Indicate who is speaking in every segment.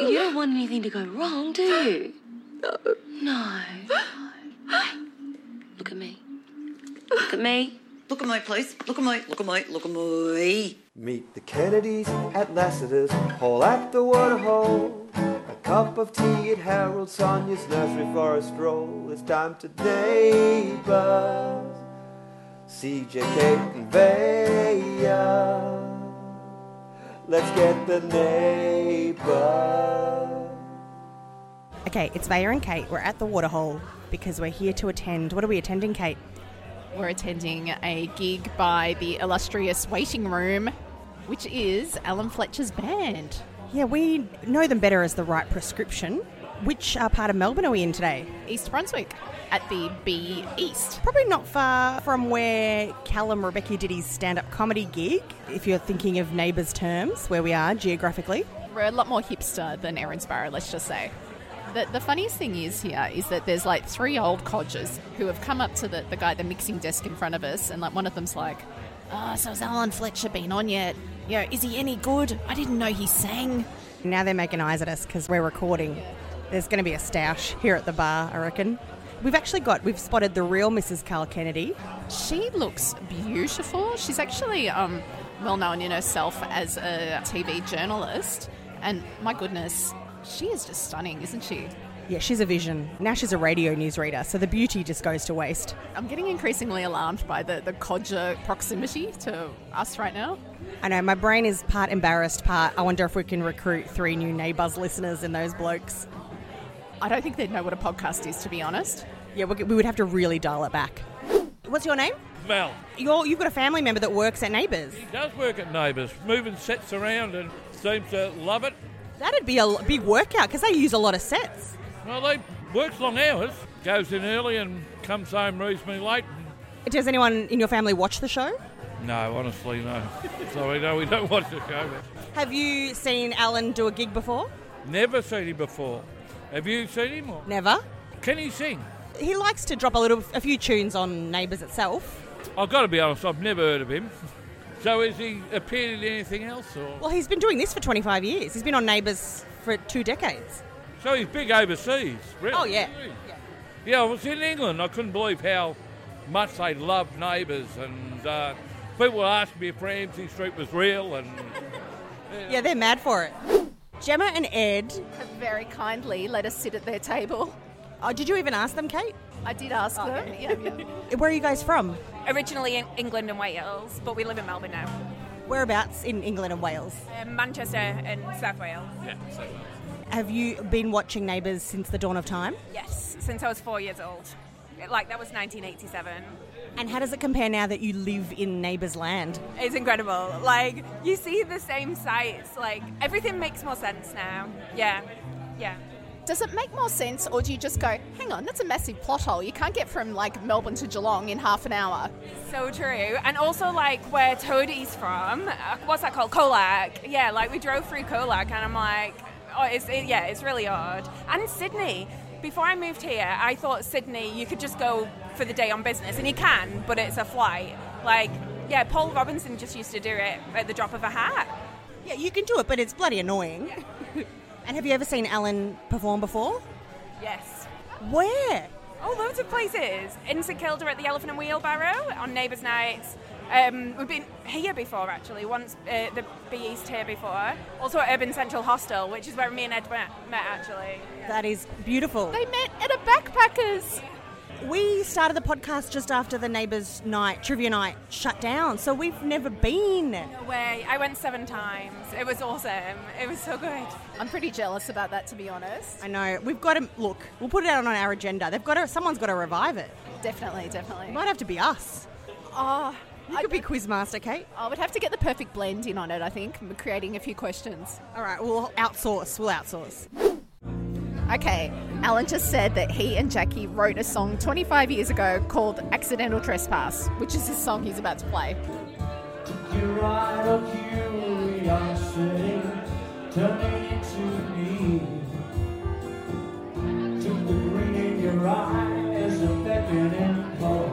Speaker 1: You don't want anything to go wrong, do you? No. No. Look at me. Look at me.
Speaker 2: Look at me, please. Look at me. Look at me. Look at me.
Speaker 3: Meet the Kennedys at Lassiter's, Hall at the Waterhole. A cup of tea at Harold Sonia's nursery for a stroll. It's time to neighbors. CJ, Kate, and Bea. Let's get the neighbors.
Speaker 4: Okay, it's Vaya and Kate. We're at the Waterhole because we're here to attend. What are we attending, Kate?
Speaker 5: We're attending a gig by the illustrious Waiting Room, which is Alan Fletcher's band.
Speaker 4: Yeah, we know them better as the right prescription. Which uh, part of Melbourne are we in today?
Speaker 5: East Brunswick at the B East.
Speaker 4: Probably not far from where Callum Rebecca did his stand up comedy gig, if you're thinking of neighbours' terms, where we are geographically.
Speaker 5: We're a lot more hipster than Erinsborough, let's just say. The, the funniest thing is here is that there's like three old codgers who have come up to the, the guy at the mixing desk in front of us, and like one of them's like, Oh, so has Alan Fletcher been on yet? Yo, is he any good? I didn't know he sang.
Speaker 4: Now they're making eyes at us because we're recording. There's going to be a stash here at the bar, I reckon. We've actually got, we've spotted the real Mrs. Carl Kennedy.
Speaker 5: She looks beautiful. She's actually um, well known in herself as a TV journalist. And my goodness, she is just stunning, isn't she?
Speaker 4: Yeah, she's a vision. Now she's a radio newsreader, so the beauty just goes to waste.
Speaker 5: I'm getting increasingly alarmed by the, the codger proximity to us right now.
Speaker 4: I know, my brain is part embarrassed, part I wonder if we can recruit three new neighbours listeners in those blokes.
Speaker 5: I don't think they'd know what a podcast is, to be honest.
Speaker 4: Yeah, we we would have to really dial it back. What's your name?
Speaker 6: Mel.
Speaker 4: You're, you've got a family member that works at Neighbours.
Speaker 6: He does work at Neighbours, moving sets around and seems to love it.
Speaker 4: That'd be a l- big workout because they use a lot of sets.
Speaker 6: Well, they works long hours, goes in early and comes home reasonably late.
Speaker 4: Does anyone in your family watch the show?
Speaker 6: No, honestly, no. Sorry, no, we don't watch the show.
Speaker 4: Have you seen Alan do a gig before?
Speaker 6: Never seen him before. Have you seen him? Or?
Speaker 4: Never.
Speaker 6: Can he sing?
Speaker 4: He likes to drop a little, a few tunes on Neighbours itself.
Speaker 6: I've got to be honest, I've never heard of him. So has he appeared in anything else? Or?
Speaker 4: Well, he's been doing this for 25 years. He's been on Neighbours for two decades.
Speaker 6: So he's big overseas, really.
Speaker 4: Oh yeah.
Speaker 6: isn't he? Yeah, I was in England. I couldn't believe how much they loved neighbours, and uh, people asked me if Ramsey Street was real, and
Speaker 4: Yeah, they're mad for it. Gemma and Ed.
Speaker 5: Have very kindly let us sit at their table.
Speaker 4: Oh, did you even ask them, Kate?
Speaker 5: I did ask them. Oh, Yeah, yeah.
Speaker 4: Where are you guys from?
Speaker 7: Originally in England and Wales, but we live in Melbourne now.
Speaker 4: Whereabouts in England and Wales?
Speaker 7: Um, Manchester and South Wales.
Speaker 4: Have you been watching Neighbours since the dawn of time?
Speaker 7: Yes, since I was four years old. It- Like that was 1987.
Speaker 4: And how does it compare now that you live in Neighbours land?
Speaker 7: It's incredible. Like you see the same sights. Like everything makes more sense now. Yeah, yeah.
Speaker 5: Does it make more sense, or do you just go, hang on, that's a massive plot hole. You can't get from like Melbourne to Geelong in half an hour.
Speaker 7: So true. And also like where Toadie's from. Uh, what's that called? Colac. Yeah, like we drove through Colac, and I'm like, oh, it's it, yeah, it's really odd. And Sydney. Before I moved here, I thought Sydney you could just go for the day on business, and you can, but it's a flight. Like yeah, Paul Robinson just used to do it at the drop of a hat.
Speaker 4: Yeah, you can do it, but it's bloody annoying. and have you ever seen Alan perform before?
Speaker 7: Yes.
Speaker 4: Where?
Speaker 7: Oh, loads of places. In St Kilda at the Elephant and Wheelbarrow on Neighbours Nights. Um, we've been here before, actually, once uh, the Bee East here before. Also at Urban Central Hostel, which is where me and Ed met, met actually.
Speaker 4: That is beautiful.
Speaker 5: They met at a backpackers.
Speaker 4: We started the podcast just after the Neighbours night, trivia night, shut down, so we've never been.
Speaker 7: No way. I went seven times. It was awesome. It was so good.
Speaker 5: I'm pretty jealous about that, to be honest.
Speaker 4: I know. We've got to look. We'll put it out on our agenda. They've got to. Someone's got to revive it.
Speaker 5: Definitely, definitely.
Speaker 4: It might have to be us.
Speaker 5: Oh,
Speaker 4: You
Speaker 5: I
Speaker 4: could be quizmaster, Kate.
Speaker 5: I would have to get the perfect blend in on it, I think, m- creating a few questions.
Speaker 4: All right, we'll outsource. We'll outsource.
Speaker 5: Okay, Alan just said that he and Jackie wrote a song 25 years ago called Accidental Trespass, which is his song he's about to play.
Speaker 8: You're right of curiosity turning into me. Took the green in your eye as a beckoning call.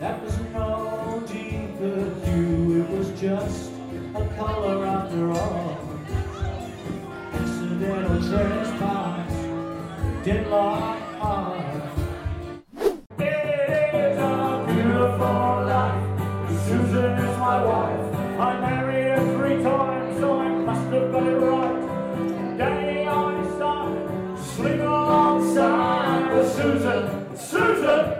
Speaker 8: That was no deeper hue, it was just a color I in my heart. It is a beautiful life. Susan is my wife. I married her three times, so I must have got it right. Day I start sleep alongside with Susan. Susan!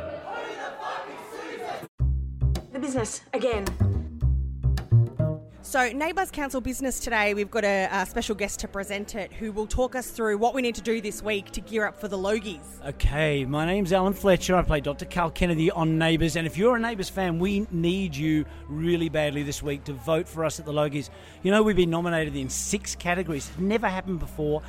Speaker 9: The business again.
Speaker 4: So, Neighbours Council Business today, we've got a, uh special guest to present it who will talk us through what we need to do this week to gear up for the Logies.
Speaker 3: Okay, my name's Alan Fletcher. I play Dr. Cal Kennedy on Neighbours. And if you're a Neighbours fan, we need you really badly this week to vote for us at the Logies. You know, we've been nominated in six categories, it's never happened before.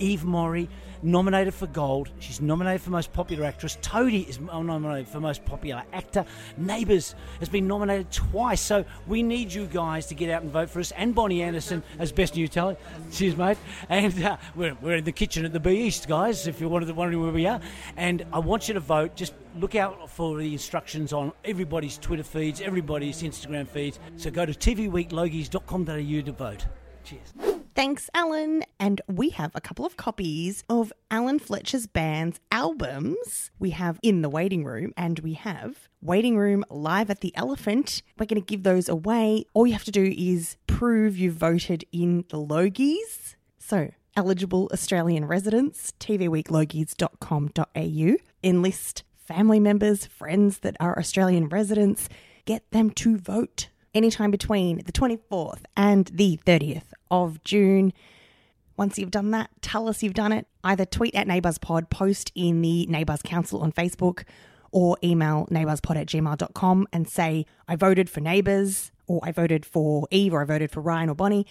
Speaker 3: Eve Mori, nominated for Gold. She's nominated for Most Popular Actress. Toadie is uh, nominated for Most Popular Actor. Neighbours has been nominated twice. So we need you guys to get out and vote for us. And Bonnie Anderson as Best New Talent. Cheers, mate. And uh, we're, we're in the kitchen at the B East, guys, if you're wondering wondering where we are. And I want you to vote. Just look out for the instructions on everybody's Twitter feeds, everybody's Instagram feeds. So go to tvweeklogies.com.au to vote. Cheers.
Speaker 4: Thanks, Alan. And we have a couple of copies of Alan Fletcher's band's albums. We have In the Waiting Room and we have Waiting Room Live at the Elephant. We're going to give those away. All you have to do is prove you voted in the Logies. So, eligible Australian residents, tvweeklogies.com.au, enlist family members, friends that are Australian residents, get them to vote anytime between the 24th and the 30th of June. Once you've done that, tell us you've done it. Either tweet at NeighboursPod, post in the Neighbours Council on Facebook, or email neighbourspod at gmail.com and say, I voted for Neighbours, or I voted for Eve, or I voted for Ryan or Bonnie.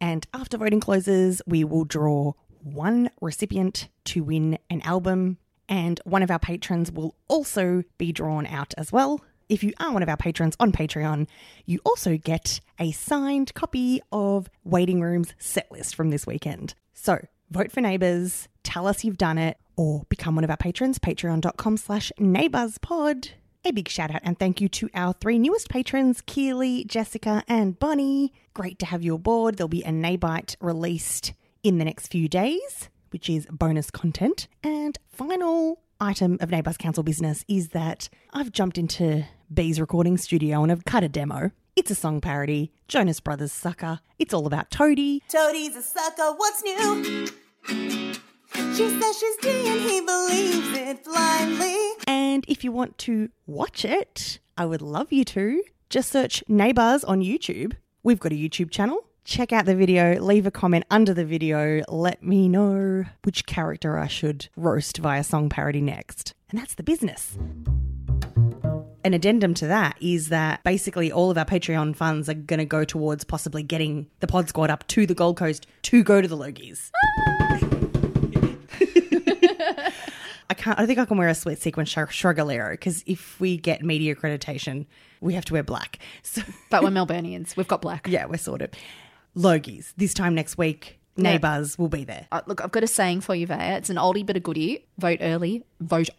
Speaker 4: And after voting closes, we will draw one recipient to win an album, and one of our patrons will also be drawn out as well. If you are one of our patrons on Patreon, you also get a signed copy of Waiting Room's set list from this weekend. So vote for Neighbours, tell us you've done it, or become one of our patrons, patreon.com slash neighbourspod. A big shout out and thank you to our three newest patrons, Keely, Jessica, and Bonnie. Great to have you aboard. There'll be a Neighbite released in the next few days, which is bonus content. And final item of Neighbours Council business is that I've jumped into Bee's recording studio and I've cut a demo. It's a song parody, Jonas Brothers Sucker. It's all about Toadie.
Speaker 10: Toadie's a sucker, what's new? She says she's D and he believes it blindly.
Speaker 4: And if you want to watch it, I would love you to. Just search Neighbours on YouTube. We've got a YouTube channel. Check out the video, leave a comment under the video, let me know which character I should roast via song parody next. And that's the business. An addendum to that is that basically all of our Patreon funds are going to go towards possibly getting the pod squad up to the Gold Coast to go to the Logies. I can't. I don't think I can wear a sweat sequin sh- shrugalero because if we get media accreditation, we have to wear black. So
Speaker 11: But we're Melburnians. We've got black.
Speaker 4: yeah, we're sorted. Logies this time next week. Neighbours will be there.
Speaker 11: Uh, look, I've got a saying for you, Vaya. It's an oldie but a goodie. Vote early. Vote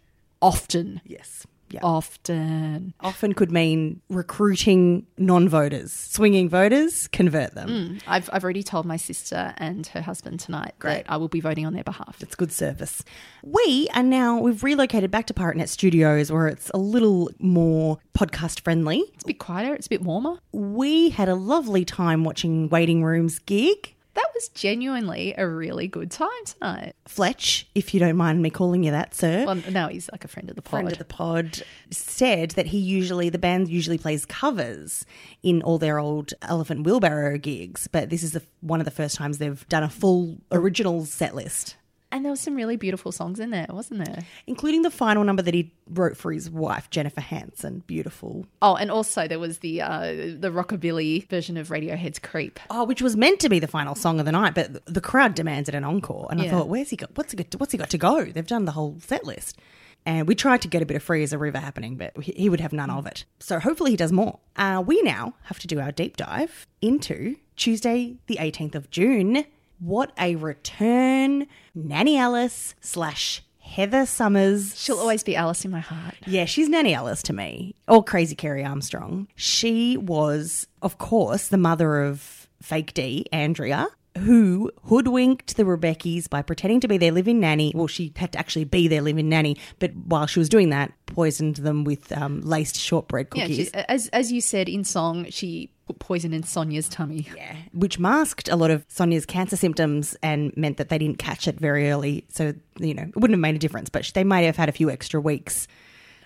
Speaker 11: often.
Speaker 4: Yes. Yeah.
Speaker 5: Oh.
Speaker 11: Often.
Speaker 4: Often could mean recruiting non-voters, swinging voters, convert them.
Speaker 5: Mm.
Speaker 11: I've, I've already told my sister and her husband tonight that I will be voting on their behalf.
Speaker 4: It's good service. We are now we've relocated back to Pirate Studios where it's a little more podcast friendly.
Speaker 11: It's a bit quieter. It's a bit warmer.
Speaker 4: We had a lovely time watching Waiting Rooms gig.
Speaker 11: That was genuinely a really good time tonight.
Speaker 4: Fletch, if you don't mind me calling you that, sir.
Speaker 11: Well, now he's like a friend of the pod.
Speaker 4: friend of the pod said that he usually the band usually plays covers in all their old Elephant Wheelbarrow gigs, but this is the, one of the first times they've done a full original set list,
Speaker 11: and there were some really beautiful songs in there, wasn't there?
Speaker 4: including the final number that he wrote for his wife Jennifer Hanson. Beautiful,
Speaker 11: Oh, and also there was the uh, the rockabilly version of Radiohead's "Creep."
Speaker 4: oh, which was meant to be the final song of the night, but the crowd demanded an encore, and I
Speaker 11: Yeah.
Speaker 4: thought, where's he got? What's he got? To, what's he got to go? They've done the whole set list. And we tried to get a bit of free as a river happening, but he he would have none of it. So hopefully he does more. Uh, we now have to do our deep dive into Tuesday, the 18th of June. What a return, Nanny Alice slash Heather Summers
Speaker 11: She'll always be Alice in my heart.
Speaker 4: yeah, she's Nanny Alice to me, or Crazy Carrie Armstrong. She was, of course, the mother of fake D, Andrea, who hoodwinked the Rebeckys by pretending to be their living nanny. Well, she had to actually be their living nanny, but while she was doing that, poisoned them with um, laced shortbread
Speaker 5: Yeah,
Speaker 4: cookies,
Speaker 5: she- as as you said in song, she put poison in Sonia's tummy.
Speaker 4: Yeah. which masked a lot of Sonia's cancer symptoms and meant that they didn't catch it very early. So, you know, it wouldn't have made a difference, but they might have had a few extra weeks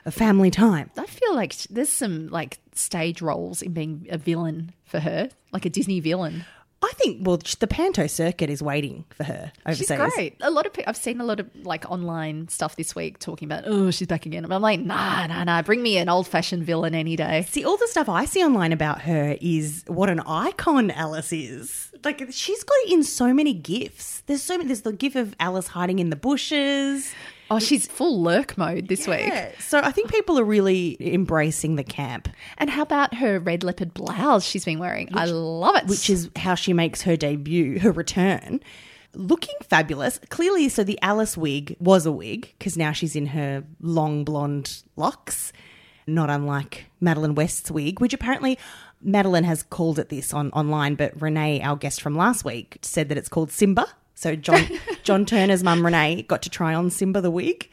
Speaker 4: of family time.
Speaker 5: I feel like sh- there's some like stage roles in being a villain for her, like a Disney villain.
Speaker 4: I think, well, the panto circuit is waiting for her overseas.
Speaker 5: She's great. A lot of pe- I've seen a lot of like online stuff this week talking about oh she's back again. I'm like nah nah nah. Bring me an old fashioned villain any day.
Speaker 4: See, all the stuff I see online about her is what an icon Alice is. Like she's got it in so many gifts. There's so many. There's the gif of Alice hiding in the bushes.
Speaker 5: Oh, she's full lurk mode this
Speaker 4: Yeah.
Speaker 5: week.
Speaker 4: So I think people are really embracing the camp,
Speaker 5: And how about her red leopard blouse she's been wearing? I love it.
Speaker 4: which is how she makes her debut, her return. Looking fabulous. Clearly, so the Alice wig was a wig because now she's in her long blonde locks, not unlike Madeline West's wig, which apparently Madeline has called it this on online, but Renee, our guest from last week, said that it's called Simba. So John John Turner's mum Renee got to try on Simba the wig,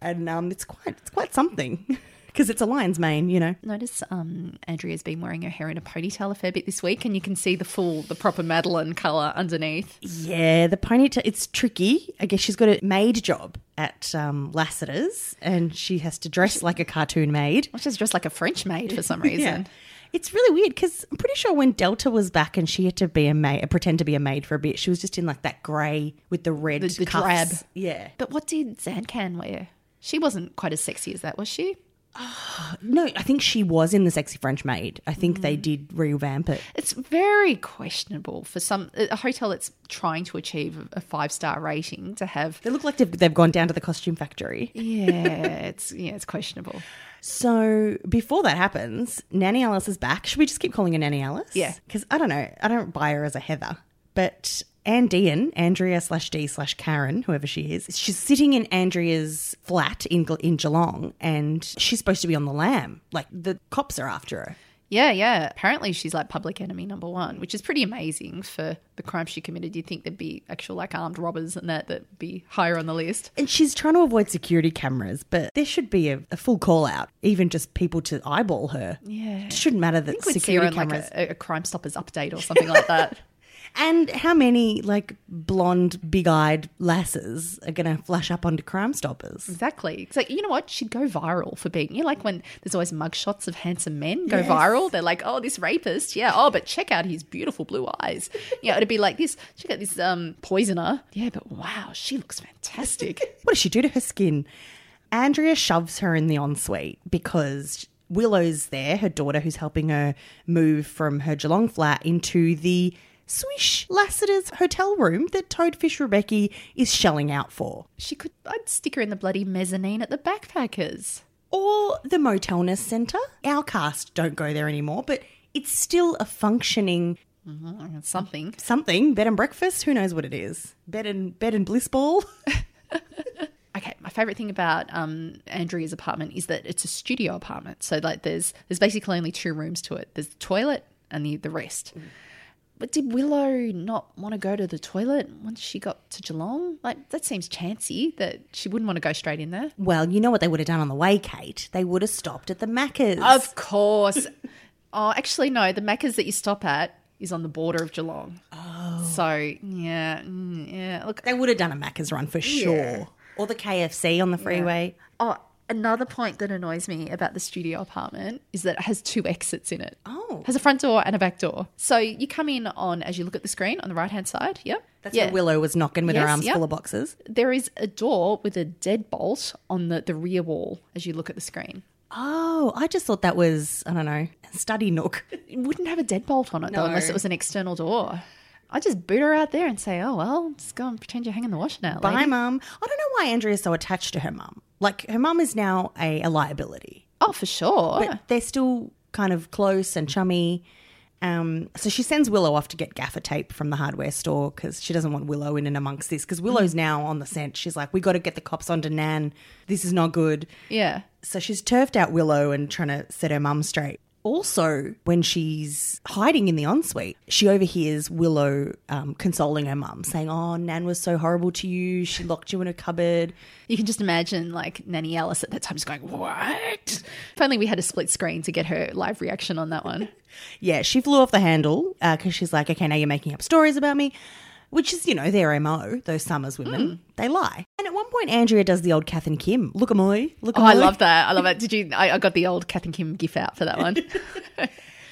Speaker 4: and um, it's quite it's quite something because it's a lion's mane, you know.
Speaker 5: Notice um, Andrea's been wearing her hair in a ponytail a fair bit this week, and you can see the full, the proper Madeline colour underneath.
Speaker 4: Yeah, the ponytail, it's tricky. I guess she's got a maid job at um, Lassiter's and she has to dress like a cartoon maid.
Speaker 5: Well, she's dressed like a French maid for some reason.
Speaker 4: It's really weird because I'm pretty sure when Delta was back and she had to be a maid, pretend to be a maid for a bit, she was just in like that grey with the red
Speaker 5: The, the drab.
Speaker 4: cuffs. Yeah.
Speaker 5: But what did Zancan wear? She wasn't quite as sexy as that, was she?
Speaker 4: No, I think she was in the sexy French maid. I think they
Speaker 5: Mm.
Speaker 4: did revamp it.
Speaker 5: It's very questionable for some a hotel that's trying to achieve a five star rating to have.
Speaker 4: They look like they've, they've gone down to the costume factory.
Speaker 5: Yeah, it's yeah, it's questionable.
Speaker 4: So before that happens, Nanny Alice is back. Should we just keep calling her Nanny Alice?
Speaker 5: Yeah.
Speaker 4: Because I don't know. I don't buy her as a Heather. But Anne Dean, Andrea slash D slash Karen, whoever she is, she's sitting in Andrea's flat in, Ge- in Geelong and she's supposed to be on the lam. Like the cops are after her.
Speaker 5: Yeah, yeah. Apparently, she's like public enemy number one, which is pretty amazing for the crime she committed. You'd think there'd be actual like armed robbers and that that'd be higher on the list.
Speaker 4: And she's trying to avoid security cameras, but there should be a, a full call out, even just people to eyeball her.
Speaker 5: Yeah.
Speaker 4: It shouldn't matter
Speaker 5: I
Speaker 4: that
Speaker 5: think we'd see her
Speaker 4: security
Speaker 5: on like
Speaker 4: cameras.
Speaker 5: a, a- a Crime Stoppers update or something like that.
Speaker 4: And how many like blonde, big-eyed lasses are going to flash up onto Crime Stoppers?
Speaker 5: exactly. It's like, you know what? She'd go viral for being, you know, like when there's always mugshots of handsome men go viral. They're like, oh, this rapist. Yeah. Oh, but check out his beautiful blue eyes. Yeah. It'd be like this. Check out this um, poisoner. Yeah. But wow, she looks fantastic.
Speaker 4: What does she do to her skin? Andrea shoves her in the ensuite because Willow's there, her daughter, who's helping her move from her Geelong flat into the swish Lassiter's hotel room that Toadfish Rebecca is shelling out for.
Speaker 5: she could, I'd stick her in the bloody mezzanine at the backpackers.
Speaker 4: Or the Motelness Centre. Our cast don't go there anymore, but it's still a functioning
Speaker 5: Something.
Speaker 4: something. Bed and breakfast, who knows what it is? Bed and bed and bliss ball.
Speaker 5: Okay, my favorite thing about um, Andrea's apartment is that it's a studio apartment. So like, there's there's basically only two rooms to it. There's the toilet and the the rest. But did Willow not want to go to the toilet once she got to Geelong? Like that seems chancy that she wouldn't want to go straight in there.
Speaker 4: well, you know what they would have done on the way, Kate? They would have stopped at the Macca's.
Speaker 5: Of course. oh, actually, no. The Macca's that you stop at is on the border of Geelong. Oh. So yeah, mm, yeah. Look,
Speaker 4: They would have done a Macca's run for sure. Or the KFC on the freeway.
Speaker 5: Oh, another point that annoys me about the studio apartment is that it has two exits in it.
Speaker 4: Oh.
Speaker 5: Has a front door and a back door. So you come in on as you look at the screen on the right hand side. Yep.
Speaker 4: That's where Willow was knocking with her
Speaker 5: Yes,
Speaker 4: arms
Speaker 5: yep.
Speaker 4: full of boxes.
Speaker 5: There is a door with a deadbolt on the, the rear wall as you look at the screen.
Speaker 4: Oh, I just thought that was, I don't know, a study nook.
Speaker 5: It wouldn't have a deadbolt on it though, unless it was an external door. I just boot her out there and say, "Oh well, just go and pretend you're hanging the washer now."
Speaker 4: Bye,
Speaker 5: lady."
Speaker 4: mum. I don't know why Andrea's so attached to her mum. Like, her mum is now a, a liability,
Speaker 5: Oh, for sure.
Speaker 4: but they're still kind of close and chummy. Um, so she sends Willow off to get gaffer tape from the hardware store because she doesn't want Willow in and amongst this because Willow's now on the scent. She's like, we got to get the cops onto Nan. This is not good.
Speaker 5: yeah.
Speaker 4: So she's turfed out Willow and trying to set her mum straight. Also, when she's hiding in the ensuite, she overhears Willow um, consoling her mum, saying, Oh, Nan was so horrible to you. She locked you in a cupboard.
Speaker 5: You can just imagine like Nanny Alice at that time just going, What? If only we had a split screen to get her live reaction on that one.
Speaker 4: Yeah, she flew off the handle because she's like, Okay, now you're making up stories about me, which is, you know, their MO, those Summers
Speaker 5: Hmm.
Speaker 4: women. They lie. And at one point, Andrea does the old Kath and Kim. Look at me. Look
Speaker 5: Oh,
Speaker 4: at
Speaker 5: I love that. I love it. Did you? I, I got the old Kath and Kim gif out for that one.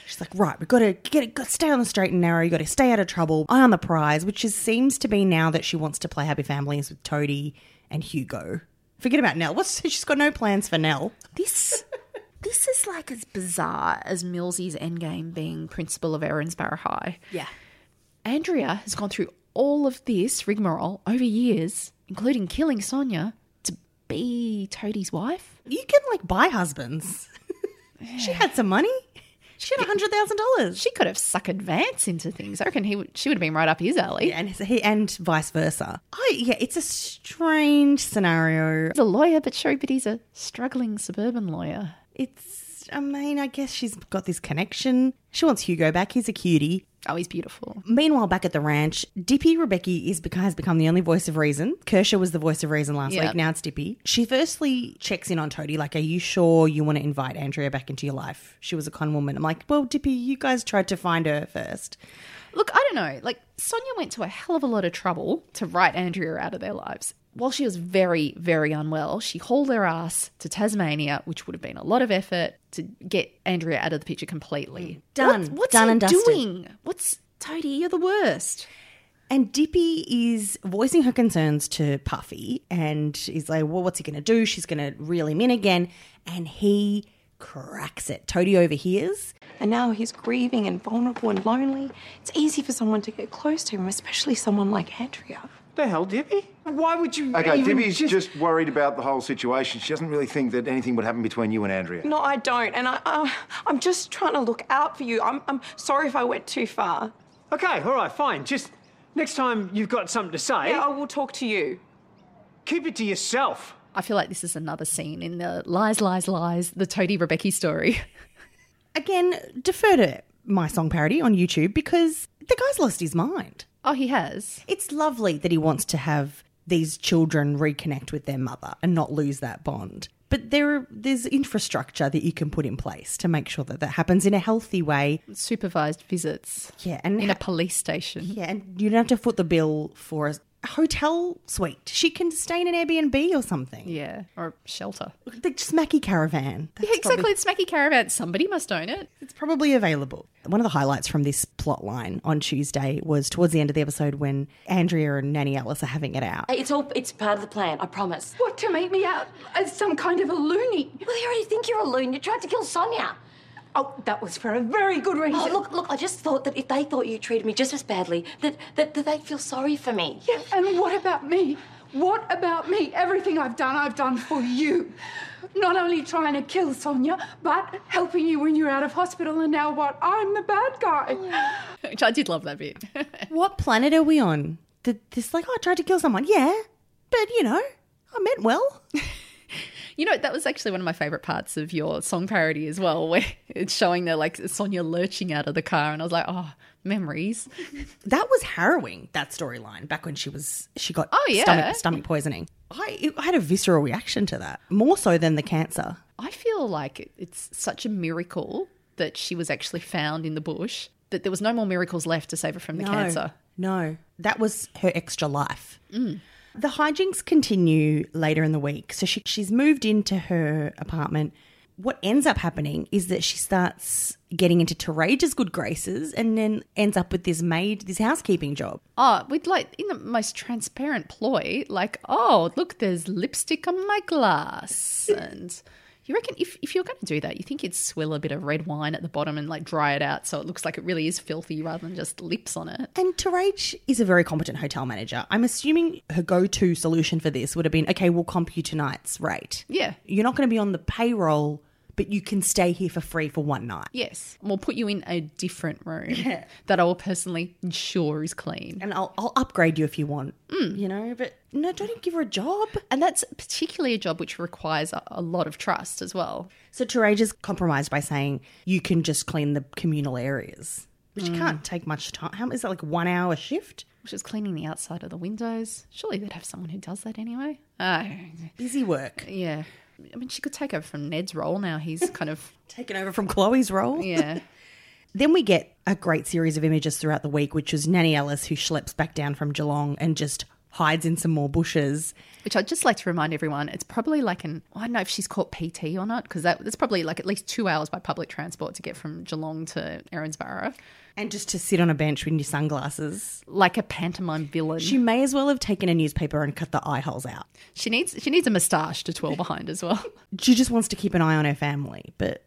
Speaker 4: She's like, right, we've got to get it, got to stay on the straight and narrow. You got to stay out of trouble. Eye on the prize, which is, seems to be now that she wants to play Happy Families with Toadie and Hugo. Forget about Nell. What's she's got no plans for Nell.
Speaker 5: This this is like as bizarre as Millsy's endgame being principal of Erinsborough High.
Speaker 4: Yeah.
Speaker 5: Andrea has gone through all of this rigmarole over years, including killing Sonia to be Toadie's wife.
Speaker 4: You can like buy husbands. she had some money. She had hundred thousand dollars.
Speaker 5: She could have sucked Vance into things. I reckon he would, she would have been right up his alley.
Speaker 4: Yeah, and he and vice versa. I yeah, it's a strange scenario.
Speaker 5: He's a lawyer, but sure, but he's a struggling suburban lawyer.
Speaker 4: It's I mean, I guess she's got this connection. She wants Hugo back. He's a cutie.
Speaker 5: Oh, he's beautiful.
Speaker 4: Meanwhile, back at the ranch, Dippy Rebecca is has become the only voice of reason. Kershaw was the voice of reason last
Speaker 5: Yeah.
Speaker 4: week. Now it's Dippy. She firstly checks in on Toadie, like, "Are you sure you want to invite Andrea back into your life? She was a con woman." I'm like, "Well, Dippy, you guys tried to find her first.
Speaker 5: Look, I don't know. Like, Sonia went to a hell of a lot of trouble to write Andrea out of their lives. While she was very, very unwell, she hauled her ass to Tasmania, which would have been a lot of effort to get Andrea out of the picture completely.
Speaker 4: Mm. Done.
Speaker 5: What- what's
Speaker 4: Done
Speaker 5: he
Speaker 4: and dusted.
Speaker 5: doing? What's Toadie? You're the worst.
Speaker 4: And Dippy is voicing her concerns to Puffy and is like, well, what's he going to do? She's going to reel him in again. And he cracks it. Toadie overhears.
Speaker 9: And now he's grieving and vulnerable and lonely. It's easy for someone to get close to him, especially someone like Andrea.
Speaker 12: The hell, Dibby? Why would you?
Speaker 13: Okay,
Speaker 12: even
Speaker 13: Dibby's just... worried about the whole situation. She doesn't really think that anything would happen between you and Andrea.
Speaker 9: No, I don't. And I, I, I'm just trying to look out for you. I'm, I'm sorry if I went too far.
Speaker 12: Okay, all right, fine. Just next time you've got something to say,
Speaker 9: Yeah, I will talk to you.
Speaker 12: keep it to yourself.
Speaker 5: I feel like this is another scene in the lies, lies, lies, the Toadie Rebecca story.
Speaker 4: Again, defer to my song parody on YouTube because the guy's lost his mind.
Speaker 5: Oh, he has.
Speaker 4: It's lovely that he wants to have these children reconnect with their mother and not lose that bond. But there, there's infrastructure that you can put in place to make sure that that happens in a healthy way.
Speaker 5: Supervised visits.
Speaker 4: Yeah, and
Speaker 5: in a police station.
Speaker 4: Yeah, and you don't have to foot the bill for a hotel suite. She can stay in an Airbnb or something.
Speaker 5: Yeah, or a shelter.
Speaker 4: The Smacky Caravan. That's
Speaker 5: yeah, exactly.
Speaker 4: probably-
Speaker 5: It's Mackie Caravan. Somebody must own it.
Speaker 4: it's probably available. One of the highlights from this plot line on Tuesday was towards the end of the episode when Andrea and Nanny Alice are having it out.
Speaker 1: It's all it's part of the plan, I promise.
Speaker 14: What, to make me out as some kind of a loony?
Speaker 1: Well, they already think you're a loon. You tried to kill Sonia.
Speaker 14: Oh, that was for a very good reason.
Speaker 1: Oh, look, look, I just thought that if they thought you treated me just as badly, that, that, that they'd feel sorry for me.
Speaker 14: Yeah, and what about me? What about me? Everything I've done, I've done for you. Not only trying to kill Sonia, but helping you when you're out of hospital, and now what? I'm the bad guy.
Speaker 5: Which I did love that bit.
Speaker 4: what planet are we on? That this like, oh, I tried to kill someone. Yeah, but you know, I meant well.
Speaker 5: You know, that was actually one of my favourite parts of your song parody as well, where it's showing the like Sonia lurching out of the car, and I was like, oh, memories.
Speaker 4: That was harrowing. That storyline back when she was she got
Speaker 5: Oh, yeah.
Speaker 4: stomach stomach poisoning. I I had a visceral reaction to that more so than the cancer.
Speaker 5: I feel like it- it's such a miracle that she was actually found in the bush that there was no more miracles left to save her from the
Speaker 4: no,
Speaker 5: cancer.
Speaker 4: No, that was her extra life.
Speaker 5: Mm.
Speaker 4: The hijinks continue later in the week. So she, she's moved into her apartment. What ends up happening is that she starts getting into Tarage's good graces and then ends up with this maid, this housekeeping job.
Speaker 5: Oh, with like in the most transparent ploy, like, oh, look, there's lipstick on my glass. And you reckon if, if you're going to do that, you think you'd swill a bit of red wine at the bottom and like dry it out so it looks like it really is filthy rather than just lips on it.
Speaker 4: And Tarage is a very competent hotel manager. I'm assuming her go to solution for this would have been okay, we'll comp you tonight's rate.
Speaker 5: Yeah.
Speaker 4: You're not going to be on the payroll, but you can stay here for free for one night.
Speaker 5: Yes. We'll put you in a different room
Speaker 4: Yeah.
Speaker 5: that I will personally ensure is clean.
Speaker 4: And I'll, I'll upgrade you if you want.
Speaker 5: Mm.
Speaker 4: You know, but no, don't give her a job.
Speaker 5: And that's particularly a job which requires a, a lot of trust as well.
Speaker 4: So Teresa's compromised by saying you can just clean the communal areas, which
Speaker 5: Mm.
Speaker 4: can't take much time. How is that like one hour shift?
Speaker 5: Which is cleaning the outside of the windows. Surely they'd have someone who does that anyway. Uh,
Speaker 4: Busy work.
Speaker 5: yeah. I mean, she could take over from Ned's role now. He's kind of
Speaker 4: taken over from Chloe's role.
Speaker 5: Yeah.
Speaker 4: Then we get a great series of images throughout the week, which is Nanny Ellis who schleps back down from Geelong and just hides in some more bushes.
Speaker 5: Which I'd just like to remind everyone, it's probably like an, I don't know if she's caught PT or not, because that, that's probably like at least two hours by public transport to get from Geelong to Erinsborough.
Speaker 4: And just to sit on a bench with your sunglasses.
Speaker 5: Like a pantomime villain.
Speaker 4: She may as well have taken a newspaper and cut the eye holes out.
Speaker 5: She needs she needs a moustache to twirl behind as well.
Speaker 4: She just wants to keep an eye on her family, but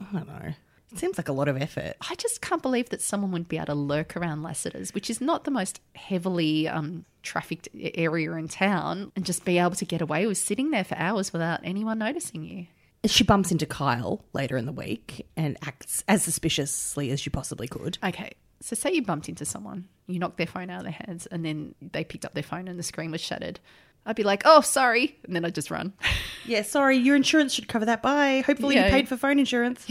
Speaker 4: I don't know. It seems like a lot of effort.
Speaker 5: I just can't believe that someone wouldn't be able to lurk around Lassiter's, which is not the most heavily um, trafficked a- area in town, and just be able to get away with sitting there for hours without anyone noticing you.
Speaker 4: She bumps into Kyle later in the week and acts as suspiciously as she possibly could.
Speaker 5: Okay, so say you bumped into someone, you knocked their phone out of their hands, and then they picked up their phone and the screen was shattered. I'd be like, oh, sorry. And then I'd just run.
Speaker 4: Yeah, sorry, your insurance should cover that. Bye. Hopefully
Speaker 5: Yeah.
Speaker 4: you paid for phone insurance.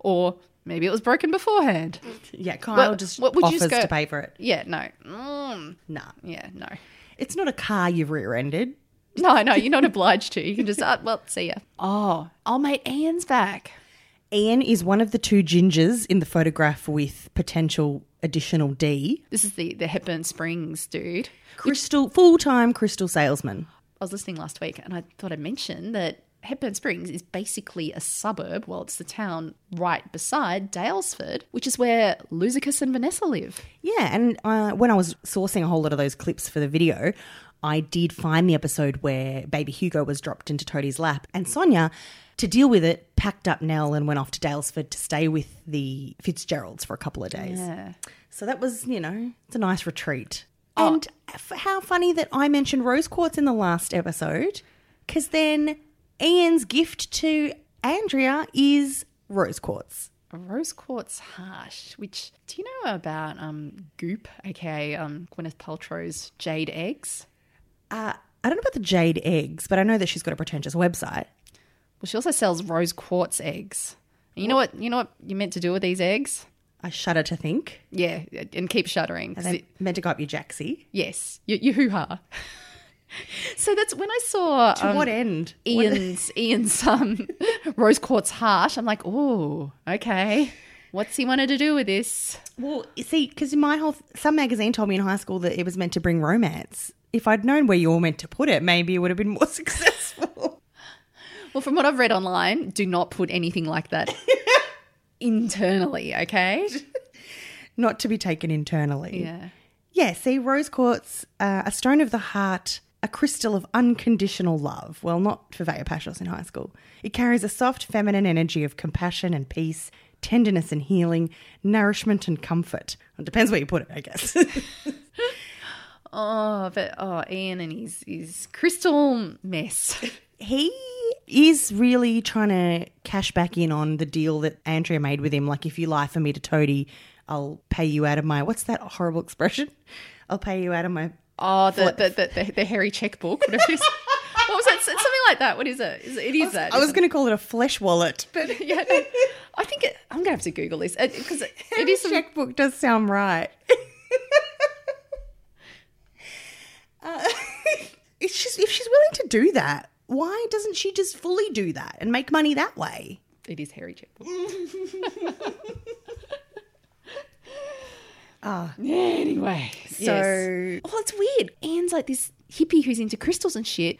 Speaker 5: Or maybe it was broken beforehand.
Speaker 4: Yeah, Kyle
Speaker 5: Well,
Speaker 4: just
Speaker 5: what would you
Speaker 4: offers
Speaker 5: just go-
Speaker 4: to pay for it.
Speaker 5: Yeah, no. Mm.
Speaker 4: Nah.
Speaker 5: Yeah, no.
Speaker 4: It's not a car you've rear-ended.
Speaker 5: No, no, you're not obliged to. You can just, uh, well, see ya. Oh, oh, mate, Ian's back.
Speaker 4: Ian is one of the two gingers in the photograph with potential additional D.
Speaker 5: This is the, the Hepburn Springs dude.
Speaker 4: Crystal, full-time crystal salesman.
Speaker 5: I was listening last week and I thought I'd mention that Hepburn Springs is basically a suburb, well, it's the town right beside Dalesford, which is where Luzicus and Vanessa live.
Speaker 4: Yeah, and uh, when I was sourcing a whole lot of those clips for the video, I did find the episode where baby Hugo was dropped into Toadie's lap, and Sonia, to deal with it, packed up Nell and went off to Dalesford to stay with the Fitzgeralds for a couple of days.
Speaker 5: Yeah.
Speaker 4: So that was, you know, it's a nice retreat. And f- how funny that I mentioned rose quartz in the last episode, because then Ian's gift to Andrea is rose quartz.
Speaker 5: Rose quartz harsh, which do you know about um, Goop, aka um, Gwyneth Paltrow's jade eggs?
Speaker 4: Uh, I don't know about the jade eggs, but I know that she's got a pretentious website.
Speaker 5: Well, she also sells rose quartz eggs. And you know what? You know what you're meant to do with these eggs?
Speaker 4: I shudder to think.
Speaker 5: Yeah, and keep shuddering. 'cause
Speaker 4: And they
Speaker 5: it-
Speaker 4: meant to go up your jacksie.
Speaker 5: yes, you, you hoo ha. so that's when I saw um,
Speaker 4: To what end? What-
Speaker 5: Ian's Ian's um, rose quartz harsh. I'm like, oh, okay. What's he wanted to do with this?
Speaker 4: Well, you see, because my whole some magazine told me in high school that it was meant to bring romance. If I'd known where you were meant to put it, maybe it would have been more successful.
Speaker 5: Well, from what I've read online, do not put anything like that internally. Okay.
Speaker 4: Not to be taken internally.
Speaker 5: Yeah.
Speaker 4: Yeah, see, rose quartz, uh, a stone of the heart, a crystal of unconditional love. Well, not for Vaya Pashos in high school. It carries a soft feminine energy of compassion and peace, tenderness and healing, nourishment and comfort. It depends where you put it, I guess.
Speaker 5: Oh, but oh, Ian and his his crystal mess.
Speaker 4: he is really trying to cash back in on the deal that Andrea made with him. Like, if you lie for me to Toadie, I'll pay you out of my what's that horrible expression? I'll pay you out of my
Speaker 5: Oh, the the, the, the, the hairy checkbook. What, it is. what was it? It's something like that. What is it? Is it, it is that.
Speaker 4: I was
Speaker 5: isn't
Speaker 4: going to call it a flesh wallet, but
Speaker 5: it? yeah, no, I think it, I'm gonna have to Google this because it, it is. some-
Speaker 4: checkbook does sound right. Uh, it's just if she's willing to do that, why doesn't she just fully do that and make money that way?
Speaker 5: It is hairy checkbook.
Speaker 4: Ah,
Speaker 5: Anyway,
Speaker 4: so
Speaker 5: yes. well, oh, it's weird. Ian's like this hippie who's into crystals and shit,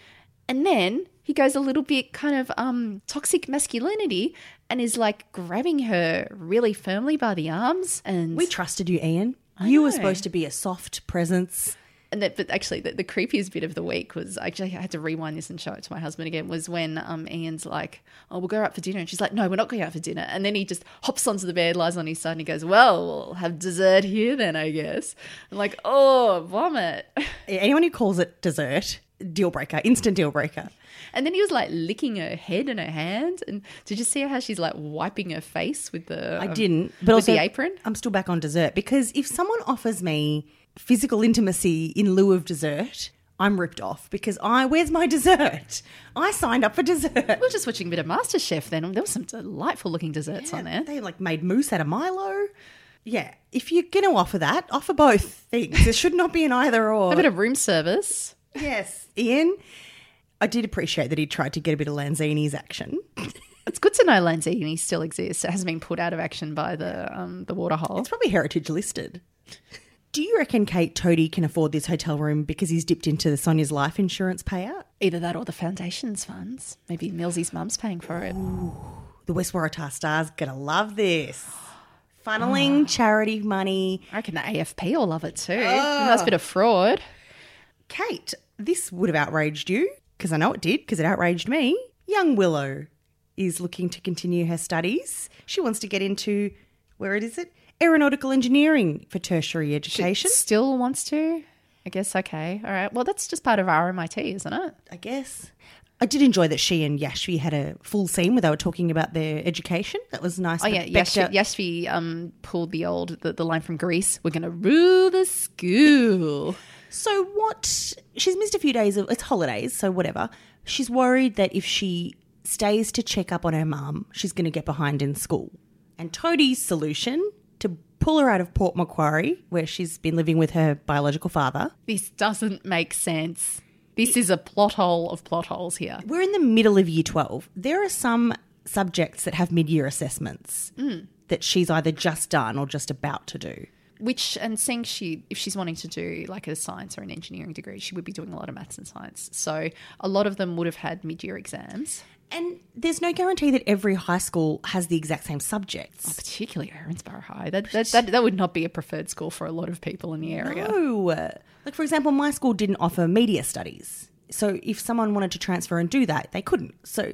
Speaker 5: and then he goes a little bit kind of um toxic masculinity and is like grabbing her really firmly by the arms. And
Speaker 4: we trusted you, Ian. you were
Speaker 5: know.
Speaker 4: supposed to be a soft presence.
Speaker 5: and that but actually the, the creepiest bit of the week was actually I had to rewind this and show it to my husband again was when um Ian's like oh we'll go out for dinner and she's like no we're not going out for dinner and then he just hops onto the bed lies on his side and he goes well we'll have dessert here then I guess I'm like oh vomit
Speaker 4: Anyone who calls it dessert deal breaker, instant deal breaker.
Speaker 5: And then he was like licking her head and her hand. And did you see how she's like wiping her face with the?
Speaker 4: I didn't,
Speaker 5: But
Speaker 4: but
Speaker 5: Um, with
Speaker 4: also
Speaker 5: the apron.
Speaker 4: I'm still back on dessert because if someone offers me physical intimacy in lieu of dessert, I'm ripped off because I where's my dessert? I signed up for dessert.
Speaker 5: We were just watching a bit of MasterChef then. There was some delightful looking desserts on there.
Speaker 4: They like made moose out of Milo. Yeah, if you're going to offer that, offer both things. There should not be an either or.
Speaker 5: A bit of room service.
Speaker 4: Yes, Ian. I did appreciate that he tried to get a bit of Lanzini's action.
Speaker 5: It's good to know Lanzini still exists. It hasn't been put out of action by the um, the waterhole. It's
Speaker 4: probably heritage listed. Do you reckon Kate Toady can afford this hotel room because he's dipped into the Sonia's life insurance payout?
Speaker 5: Either that or the foundation's funds. Maybe Millsy's mum's paying for it.
Speaker 4: The West Waratah Star's gonna love this. Funneling charity money.
Speaker 5: I reckon the AFP will love it too.
Speaker 4: Oh.
Speaker 5: That's a bit of fraud.
Speaker 4: Kate, this would have outraged you, because I know it did, because it outraged me. Young Willow is looking to continue her studies. She wants to get into where it is it? Aeronautical engineering for tertiary education.
Speaker 5: Still wants to? I guess okay. All right. Well, that's just part of RMIT, isn't it?
Speaker 4: I guess. I did enjoy that she and Yashvi had a full scene where they were talking about their education. That was nice.
Speaker 5: Oh
Speaker 4: but
Speaker 5: yeah,
Speaker 4: Becca-
Speaker 5: Yashvi, Yashvi um, pulled the old the, the line from Greece. We're gonna rule the school.
Speaker 4: So what? She's missed a few days of it's holidays, so whatever. She's worried that if she stays to check up on her mum, she's going to get behind in school. And Toadie's solution to pull her out of Port Macquarie, where she's been living with her biological father.
Speaker 5: This doesn't make sense. This is a plot hole of plot holes here.
Speaker 4: We're in the middle of year 12. There are some subjects that have mid-year assessments
Speaker 5: Mm.
Speaker 4: that she's either just done or just about to do.
Speaker 5: Which and seeing she if she's wanting to do like a science or an engineering degree, she would be doing a lot of maths and science. So a lot of them would have had mid year exams.
Speaker 4: And there's no guarantee that every high school has the exact same subjects.
Speaker 5: particularly Erinsborough High. That that, that that would not be a preferred school for a lot of people in the area.
Speaker 4: No. Like, for example, my school didn't offer media studies. So if someone wanted to transfer and do that, they couldn't. So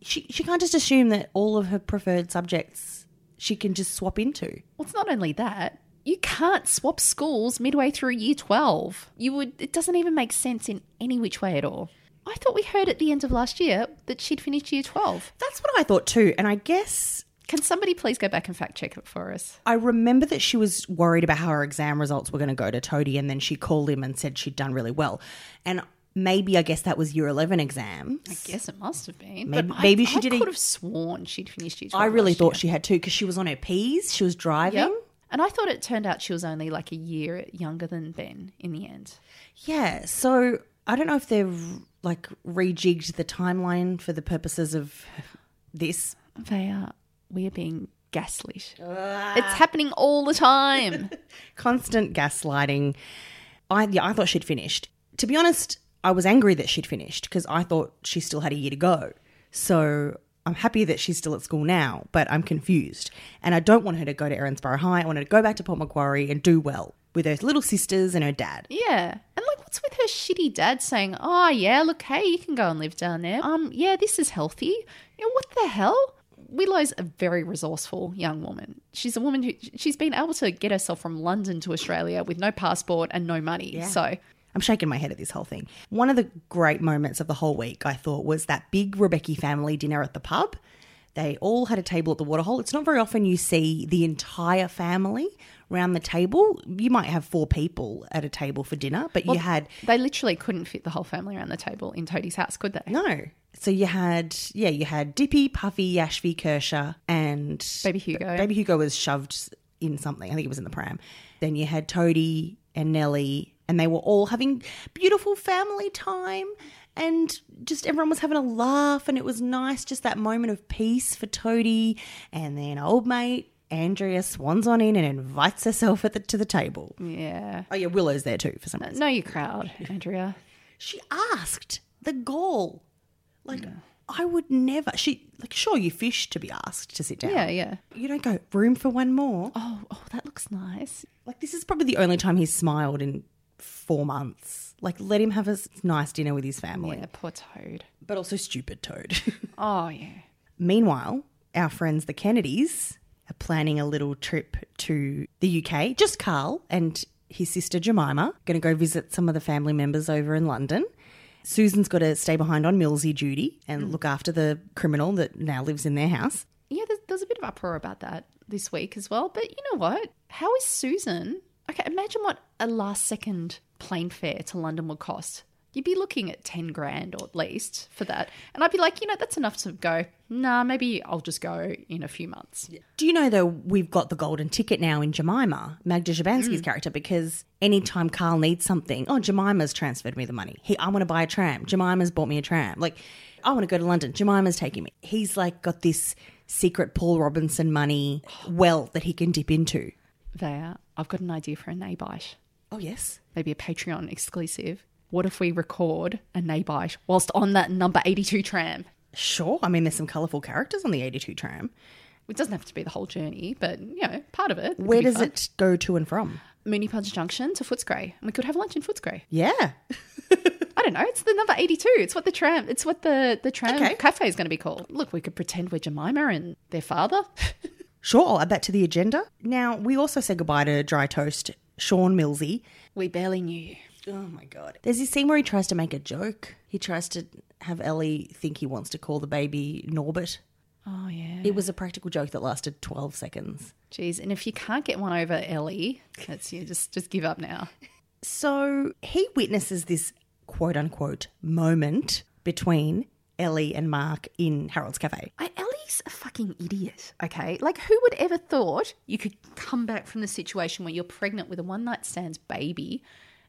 Speaker 4: she, she can't just assume that all of her preferred subjects she can just swap into.
Speaker 5: Well, it's not only that. You can't swap schools midway through year 12. You would it doesn't even make sense in any which way at all. I thought we heard at the end of last year that she'd finished year 12.
Speaker 4: That's what I thought too. And I guess
Speaker 5: Can somebody please go back and fact check it for us?
Speaker 4: I remember that she was worried about how her exam results were going to go to Toadie, and then she called him and said she'd done really well. And maybe I guess that was year 11 exam.
Speaker 5: I guess it must have been.
Speaker 4: Maybe-
Speaker 5: but I-
Speaker 4: maybe she
Speaker 5: I
Speaker 4: did a-
Speaker 5: could have sworn she'd finished year 12.
Speaker 4: I really
Speaker 5: last
Speaker 4: thought Oh, she had too because she was on her P's, she was driving.
Speaker 5: year. Yep. And I thought it turned out she was only like a year younger than Ben in the end.
Speaker 4: Yeah, so I don't know if they've like rejigged the timeline for the purposes of this.
Speaker 5: They are. We are being gaslit.
Speaker 4: Ah.
Speaker 5: It's happening all the time.
Speaker 4: Constant gaslighting. I yeah, I thought she'd finished. To be honest, I was angry that she'd finished because I thought she still had a year to go. So I'm happy that she's still at school now, but I'm confused. And I don't want her to go to Erinsborough High. I want her to go back to Port Macquarie and do well with her little sisters and her dad.
Speaker 5: Yeah. And like, what's with her shitty dad saying, oh, yeah, look, hey, you can go and live down there. Um, yeah, this is healthy. You know, what the hell? Willow's a very resourceful young woman. She's a woman who she's been able to get herself from London to Australia with no passport and no money.
Speaker 4: Yeah.
Speaker 5: So
Speaker 4: I'm shaking my head at this whole thing. One of the great moments of the whole week, I thought, was that big Rebecca family dinner at the pub. They all had a table at the waterhole. It's not very often you see the entire family round the table. You might have four people at a table for dinner, but
Speaker 5: Well,
Speaker 4: you had
Speaker 5: they literally couldn't fit the whole family around the table in Toadie's house, could they?
Speaker 4: no. So you had yeah, you had Dippy, Puffy, Yashvi, Kershaw, and Baby
Speaker 5: Hugo.
Speaker 4: Baby Hugo was shoved in something. I think it was in the pram. Then you had Toadie and Nellie, and they were all having beautiful family time, and just everyone was having a laugh, and it was nice. Just that moment of peace for Toadie, and then old mate Andrea swans on in and invites herself at the, to the table.
Speaker 5: Yeah.
Speaker 4: Oh yeah, Willow's there too for some reason.
Speaker 5: Know your crowd, Andrea.
Speaker 4: She asked the goal. Like I would never. She like sure you fish to be asked to sit down.
Speaker 5: Yeah, yeah.
Speaker 4: You don't go room for one more.
Speaker 5: Oh, oh, that looks nice.
Speaker 4: Like this is probably the only time he's smiled in four months. Like let him have a s- nice dinner with his family.
Speaker 5: Yeah, poor Toad.
Speaker 4: But also stupid Toad.
Speaker 5: Oh, yeah.
Speaker 4: Meanwhile, our friends the Kennedys are planning a little trip to the UK. Just Carl and his sister Jemima going to go visit some of the family members over in London. Susan's got to stay behind on Millsy duty and look after the criminal that now lives in their house.
Speaker 5: Yeah, there's, there's a bit of uproar about that this week as well. But you know what? How is Susan? Okay, imagine what a last second plane fare to London would cost. You'd be looking at 10 grand or at least for that. And I'd be like, you know, that's enough to go, nah, maybe I'll just go in a few months.
Speaker 4: Do you know though we've got the golden ticket now in Jemima, Magda Shabansky's
Speaker 5: Mm.
Speaker 4: character, because anytime Carl needs something, oh Jemima's transferred me the money. He I want to buy a tram. Jemima's bought me a tram. Like, I want to go to London. Jemima's taking me. He's like got this secret Paul Robinson money well that he can dip into.
Speaker 5: There, I've got an idea for a naybite.
Speaker 4: Oh, yes.
Speaker 5: Maybe a Patreon exclusive. What if we record a naybite whilst on that number 82 tram?
Speaker 4: Sure. I mean, there's some colourful characters on the 82 tram.
Speaker 5: It doesn't have to be the whole journey, but, you know, part of it.
Speaker 4: Where
Speaker 5: could be
Speaker 4: does
Speaker 5: fun.
Speaker 4: it go to and from?
Speaker 5: Mooney Punch Junction to Footscray. And we could have lunch in Footscray.
Speaker 4: Yeah.
Speaker 5: I don't know. It's the number 82. It's what the tram, it's what the, the tram cafe is going to be called. Look, we could pretend we're Jemima and their father.
Speaker 4: Sure, I'll add that to the agenda. Now, we also say goodbye to Dry Toast, Sean Millsy.
Speaker 5: We barely knew you.
Speaker 4: Oh my god. There's this scene where he tries to make a joke. He tries to have Ellie think he wants to call the baby Norbert.
Speaker 5: Oh, yeah.
Speaker 4: It was a practical joke that lasted 12 seconds.
Speaker 5: Jeez, and if you can't get one over Ellie, that's you just just give up now.
Speaker 4: So he witnesses this quote unquote moment between Ellie and Mark in Harold's Cafe.
Speaker 5: I, Ellie's a fucking idiot, okay? Like, who would ever thought you could come back from the situation where you're pregnant with a one night stand's baby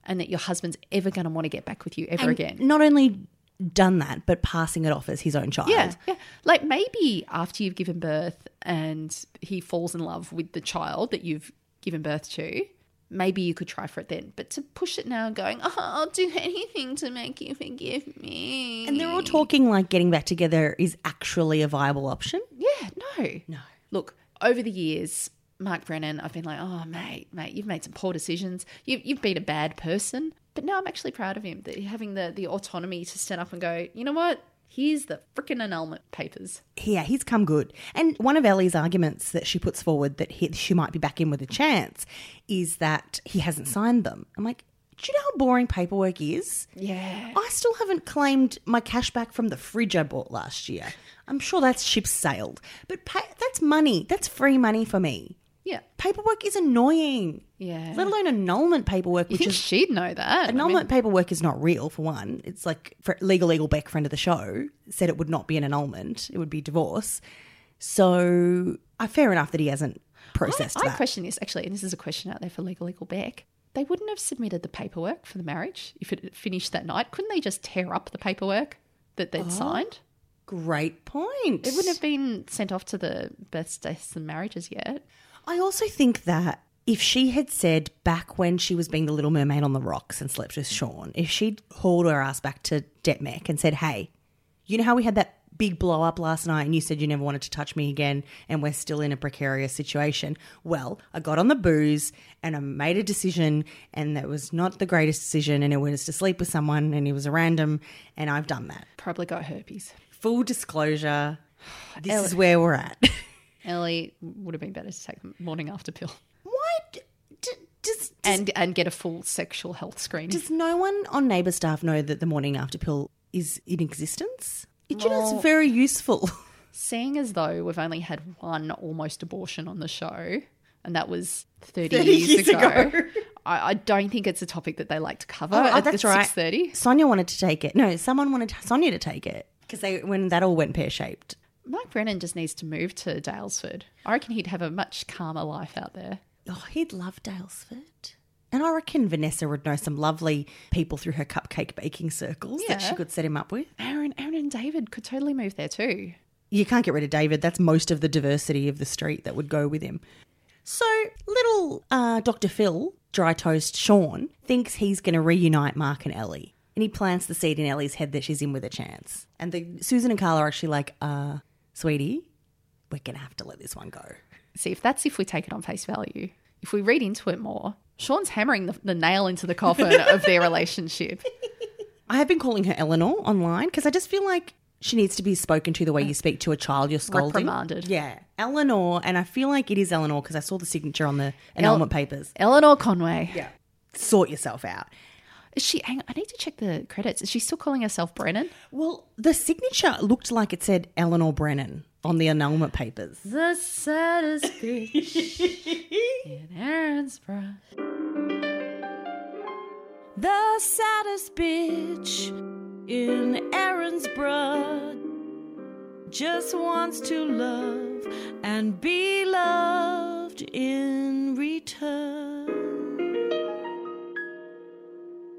Speaker 5: and that your husband's ever going to want to get back with you ever
Speaker 4: And
Speaker 5: again?
Speaker 4: Not only done that, but passing it off as his own child.
Speaker 5: Yeah, yeah. Like maybe after you've given birth and he falls in love with the child that you've given birth to, maybe you could try for it then. But to push it now, going, oh, I'll do anything to make you forgive me.
Speaker 4: And they're all talking like getting back together is actually a viable option.
Speaker 5: Yeah, no. No. Look, over the years, Mark Brennan, I've been like, oh, mate, mate, you've made some poor decisions. You've, you've been a bad person. But now I'm actually proud of him that he- having the, the autonomy to stand up and go, you know what? Here's the freaking annulment papers.
Speaker 4: Yeah, he's come good. And one of Ellie's arguments that she puts forward that he, she might be back in with a chance is that he hasn't signed them. I'm like, do you know how boring paperwork is?
Speaker 5: Yeah.
Speaker 4: I still haven't claimed my cash back from the fridge I bought last year. I'm sure that ship sailed. But pa- that's money. That's free money for me.
Speaker 5: Yeah.
Speaker 4: Paperwork is annoying.
Speaker 5: Yeah.
Speaker 4: Let alone annulment paperwork,
Speaker 5: You
Speaker 4: which
Speaker 5: think
Speaker 4: is
Speaker 5: she'd know that? I
Speaker 4: Annulment
Speaker 5: mean-
Speaker 4: paperwork is not real for one. It's like for legal legal Beck, friend of the show, said it would not be an annulment; it would be divorce. So, uh, fair enough that he hasn't processed
Speaker 5: I, I
Speaker 4: that.
Speaker 5: question this actually, and this is a question out there for Legal Eagle Beck. They wouldn't have submitted the paperwork for the marriage if it had finished that night. Couldn't they just tear up the paperwork that they'd
Speaker 4: Oh,
Speaker 5: signed?
Speaker 4: Great point.
Speaker 5: It wouldn't have been sent off to the births, deaths, and marriages yet.
Speaker 4: I also think that if she had said back when she was being the Little Mermaid on the rocks and slept with Sean, if she'd hauled her ass back to Detmec and said, "Hey, you know how we had that." Big blow up last night, and you said you never wanted to touch me again, and we're still in a precarious situation. Well, I got on the booze and I made a decision, and that was not the greatest decision, and it was to sleep with someone, and it was a random, and I've done that.
Speaker 5: Probably got herpes.
Speaker 4: Full disclosure, this
Speaker 5: Ellie.
Speaker 4: is where we're at.
Speaker 5: Ellie would have been better to take the morning after pill.
Speaker 4: What? does,
Speaker 5: and and get a full sexual health screening.
Speaker 4: Does no one on neighbour staff know that the morning after pill is in existence? Do you know
Speaker 5: Well-
Speaker 4: it's very useful?
Speaker 5: Seeing as though we've only had one almost abortion on the show, and that was 30,
Speaker 4: 30
Speaker 5: years,
Speaker 4: years
Speaker 5: ago,
Speaker 4: ago.
Speaker 5: I, I don't think it's a topic that they like to cover.
Speaker 4: Oh, oh,
Speaker 5: at
Speaker 4: that's
Speaker 5: the
Speaker 4: right.
Speaker 5: 6.30.
Speaker 4: Sonia wanted to take it. No, someone wanted Sonia to take it because they when that all went pear shaped.
Speaker 5: Mark Brennan just needs to move to Dalesford. I reckon he'd have a much calmer life out there.
Speaker 4: Oh, he'd love Dalesford. And I reckon Vanessa would know some lovely people through her cupcake baking circles that
Speaker 5: Yeah.
Speaker 4: she could set him up with.
Speaker 5: Aaron, Aaron and David could totally move there too.
Speaker 4: You can't get rid of David. That's most of the diversity of the street that would go with him. So little uh, Dr. Phil, dry toast Sean, thinks he's going to reunite Mark and Ellie. And he plants the seed in Ellie's head that she's in with a chance. And the, Susan and Carla are actually like, uh, sweetie, we're going to have to let this one go.
Speaker 5: See, if that's if we take it on face value, if we read into it more, Sean's hammering the, the nail into the coffin of their relationship.
Speaker 4: I have been calling her Eleanor online because I just feel like she needs to be spoken to the way you speak to a child you're scolding.
Speaker 5: Reprimanded.
Speaker 4: Yeah. Eleanor, and I feel like it is Eleanor because I saw the signature on the annulment papers.
Speaker 5: Eleanor Conway.
Speaker 4: Yeah. Sort yourself out.
Speaker 5: Is she? Hang, I need to check the credits. Is she still calling herself Brennan?
Speaker 4: Well, the signature looked like it said Eleanor Brennan on the annulment papers.
Speaker 5: The saddest bitch in Erinsborough.
Speaker 15: The saddest bitch in Erinsborough just wants to love and be loved in return.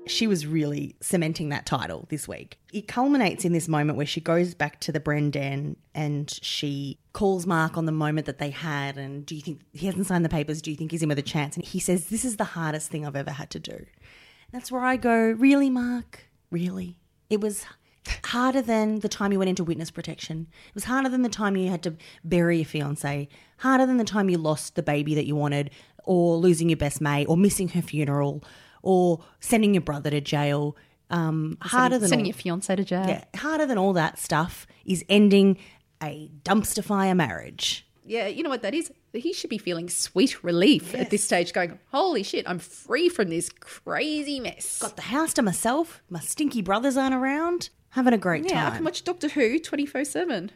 Speaker 4: She was really cementing that title this week. It culminates in this moment where she goes back to the Brendan and she calls Mark on the moment that they had. And do you think he hasn't signed the papers? Do you think he's in with a chance? And he says, This is the hardest thing I've ever had to do. That's where I go, Really, Mark? Really? It was harder than the time you went into witness protection. It was harder than the time you had to bury your fiance, harder than the time you lost the baby that you wanted, or losing your best mate, or missing her funeral, or sending your brother to jail. Um,
Speaker 5: Or
Speaker 4: harder
Speaker 5: sending-
Speaker 4: than
Speaker 5: sending
Speaker 4: all-
Speaker 5: your fiance to jail.
Speaker 4: Yeah, harder than all that stuff is ending a dumpster fire marriage.
Speaker 5: Yeah, you know what that is? He should be feeling sweet relief at this stage, going, holy shit, I'm free from this crazy mess.
Speaker 4: Got the house to myself. My stinky brothers aren't around. Having a great
Speaker 5: Yeah, I
Speaker 4: time.
Speaker 5: can watch Doctor Who 24 7.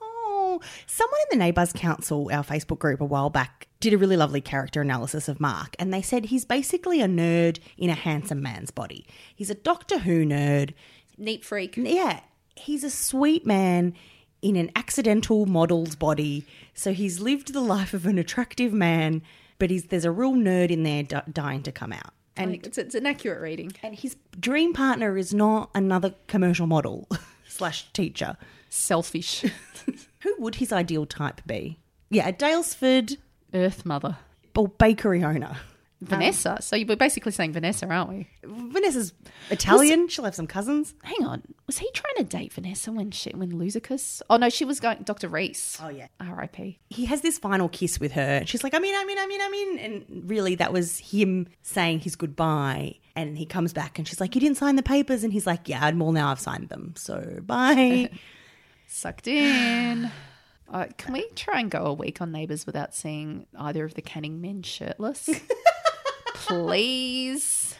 Speaker 4: Oh, someone in the Neighbours Council, our Facebook group, a while back, did a really lovely character analysis of Mark, and they said he's basically a nerd in a handsome man's body. He's a Doctor Who nerd.
Speaker 5: Neat freak.
Speaker 4: Yeah, he's a sweet man in an accidental model's body. So he's lived the life of an attractive man, but he's there's a real nerd in there d- dying to come out. And
Speaker 5: And it's, it's an accurate reading.
Speaker 4: And his dream partner is not another commercial model slash teacher.
Speaker 5: Selfish.
Speaker 4: Who would his ideal type be? Yeah, a Dalesford
Speaker 5: Earth mother.
Speaker 4: Or bakery owner.
Speaker 5: Um, Vanessa. so you- we're basically saying Vanessa, aren't we?
Speaker 4: Vanessa's Italian. She'll have some cousins.
Speaker 5: Hang on. Was he trying to date Vanessa when she when Luzicus? Oh no, she was going Dr. Reese. Oh
Speaker 4: yeah.
Speaker 5: R.I.P.
Speaker 4: He has this final kiss with her, and she's like, I'm in, I'm in, I'm in, I'm in. And really, that was him saying his goodbye. And he comes back, and she's like, You didn't sign the papers. And he's like, Yeah, and well, now I've signed them. So bye.
Speaker 5: Sucked in. Uh, can we try and go a week on Neighbours without seeing either of the Canning men shirtless? Please.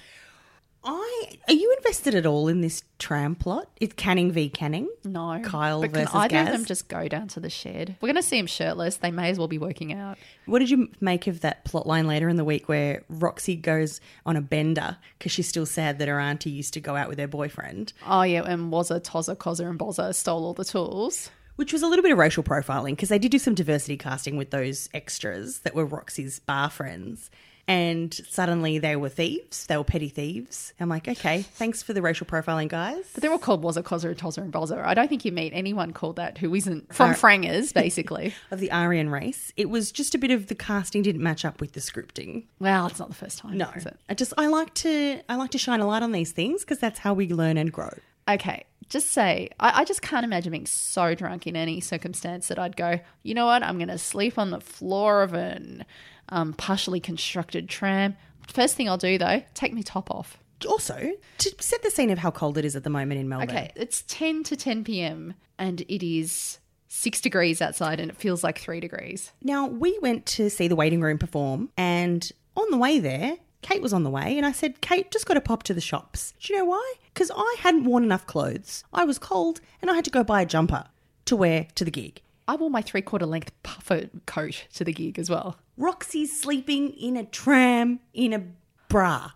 Speaker 4: I Are you invested at all in this tram plot? It's Canning v. Canning.
Speaker 5: No.
Speaker 4: Kyle
Speaker 5: But can
Speaker 4: versus
Speaker 5: either of
Speaker 4: Gaz?
Speaker 5: them just go down to the shed? We're going to see him shirtless. They may as well be working out.
Speaker 4: What did you make of that plot line later in the week where Roxy goes on a bender because she's still sad that her auntie used to go out with her boyfriend?
Speaker 5: Oh yeah, and Wazza, Tozza, Cozza, and Bozza stole all the tools.
Speaker 4: Which was a little bit of racial profiling because they did do some diversity casting with those extras that were Roxy's bar friends. And suddenly they were thieves. They were petty thieves. I'm like, okay, thanks for the racial profiling, guys.
Speaker 5: But they're all called Wazza, Cozza, and Tozza, and Bozza. I don't think you meet anyone called that who isn't from
Speaker 4: Ar-
Speaker 5: Frangers, basically.
Speaker 4: Of the Aryan race. It was just a bit of the casting didn't match up with the scripting.
Speaker 5: well, it's not the first time.
Speaker 4: No.
Speaker 5: is it?
Speaker 4: I just I like to I like to shine a light on these things because that's how we learn and grow.
Speaker 5: Okay, just say, I, I just can't imagine being so drunk in any circumstance that I'd go, you know what, I'm going to sleep on the floor of an um, partially constructed tram. First thing I'll do though, take my top off.
Speaker 4: Also, to set the scene of how cold it is at the moment in Melbourne.
Speaker 5: Okay, it's 10 to 10 p.m. and it is six degrees outside and it feels like three degrees.
Speaker 4: Now, we went to see the waiting room perform, and on the way there, Kate was on the way, and I said, Kate, just got to pop to the shops. Do you know why? Because I hadn't worn enough clothes. I was cold, and I had to go buy a jumper to wear to the gig.
Speaker 5: I wore my three quarter length puffer coat to the gig as well.
Speaker 4: Roxy's sleeping in a tram in a bra.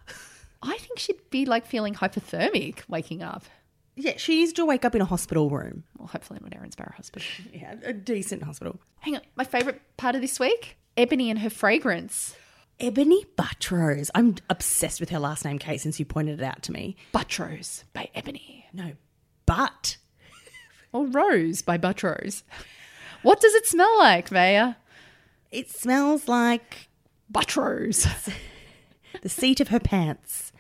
Speaker 5: I think she'd be like feeling hypothermic waking up.
Speaker 4: Yeah, she used to wake up in a hospital room.
Speaker 5: Well, hopefully not Erinsborough Hospital.
Speaker 4: yeah, a decent hospital.
Speaker 5: Hang on, my favourite part of this week Ebony and her fragrance.
Speaker 4: Ebony Buttrose. I'm obsessed with her last name, Kate, since you pointed it out to me.
Speaker 5: Buttrose by Ebony.
Speaker 4: No, but.
Speaker 5: or Rose by Buttrose. What does it smell like, Maya?
Speaker 4: It smells like
Speaker 5: Buttrose.
Speaker 4: the seat of her pants.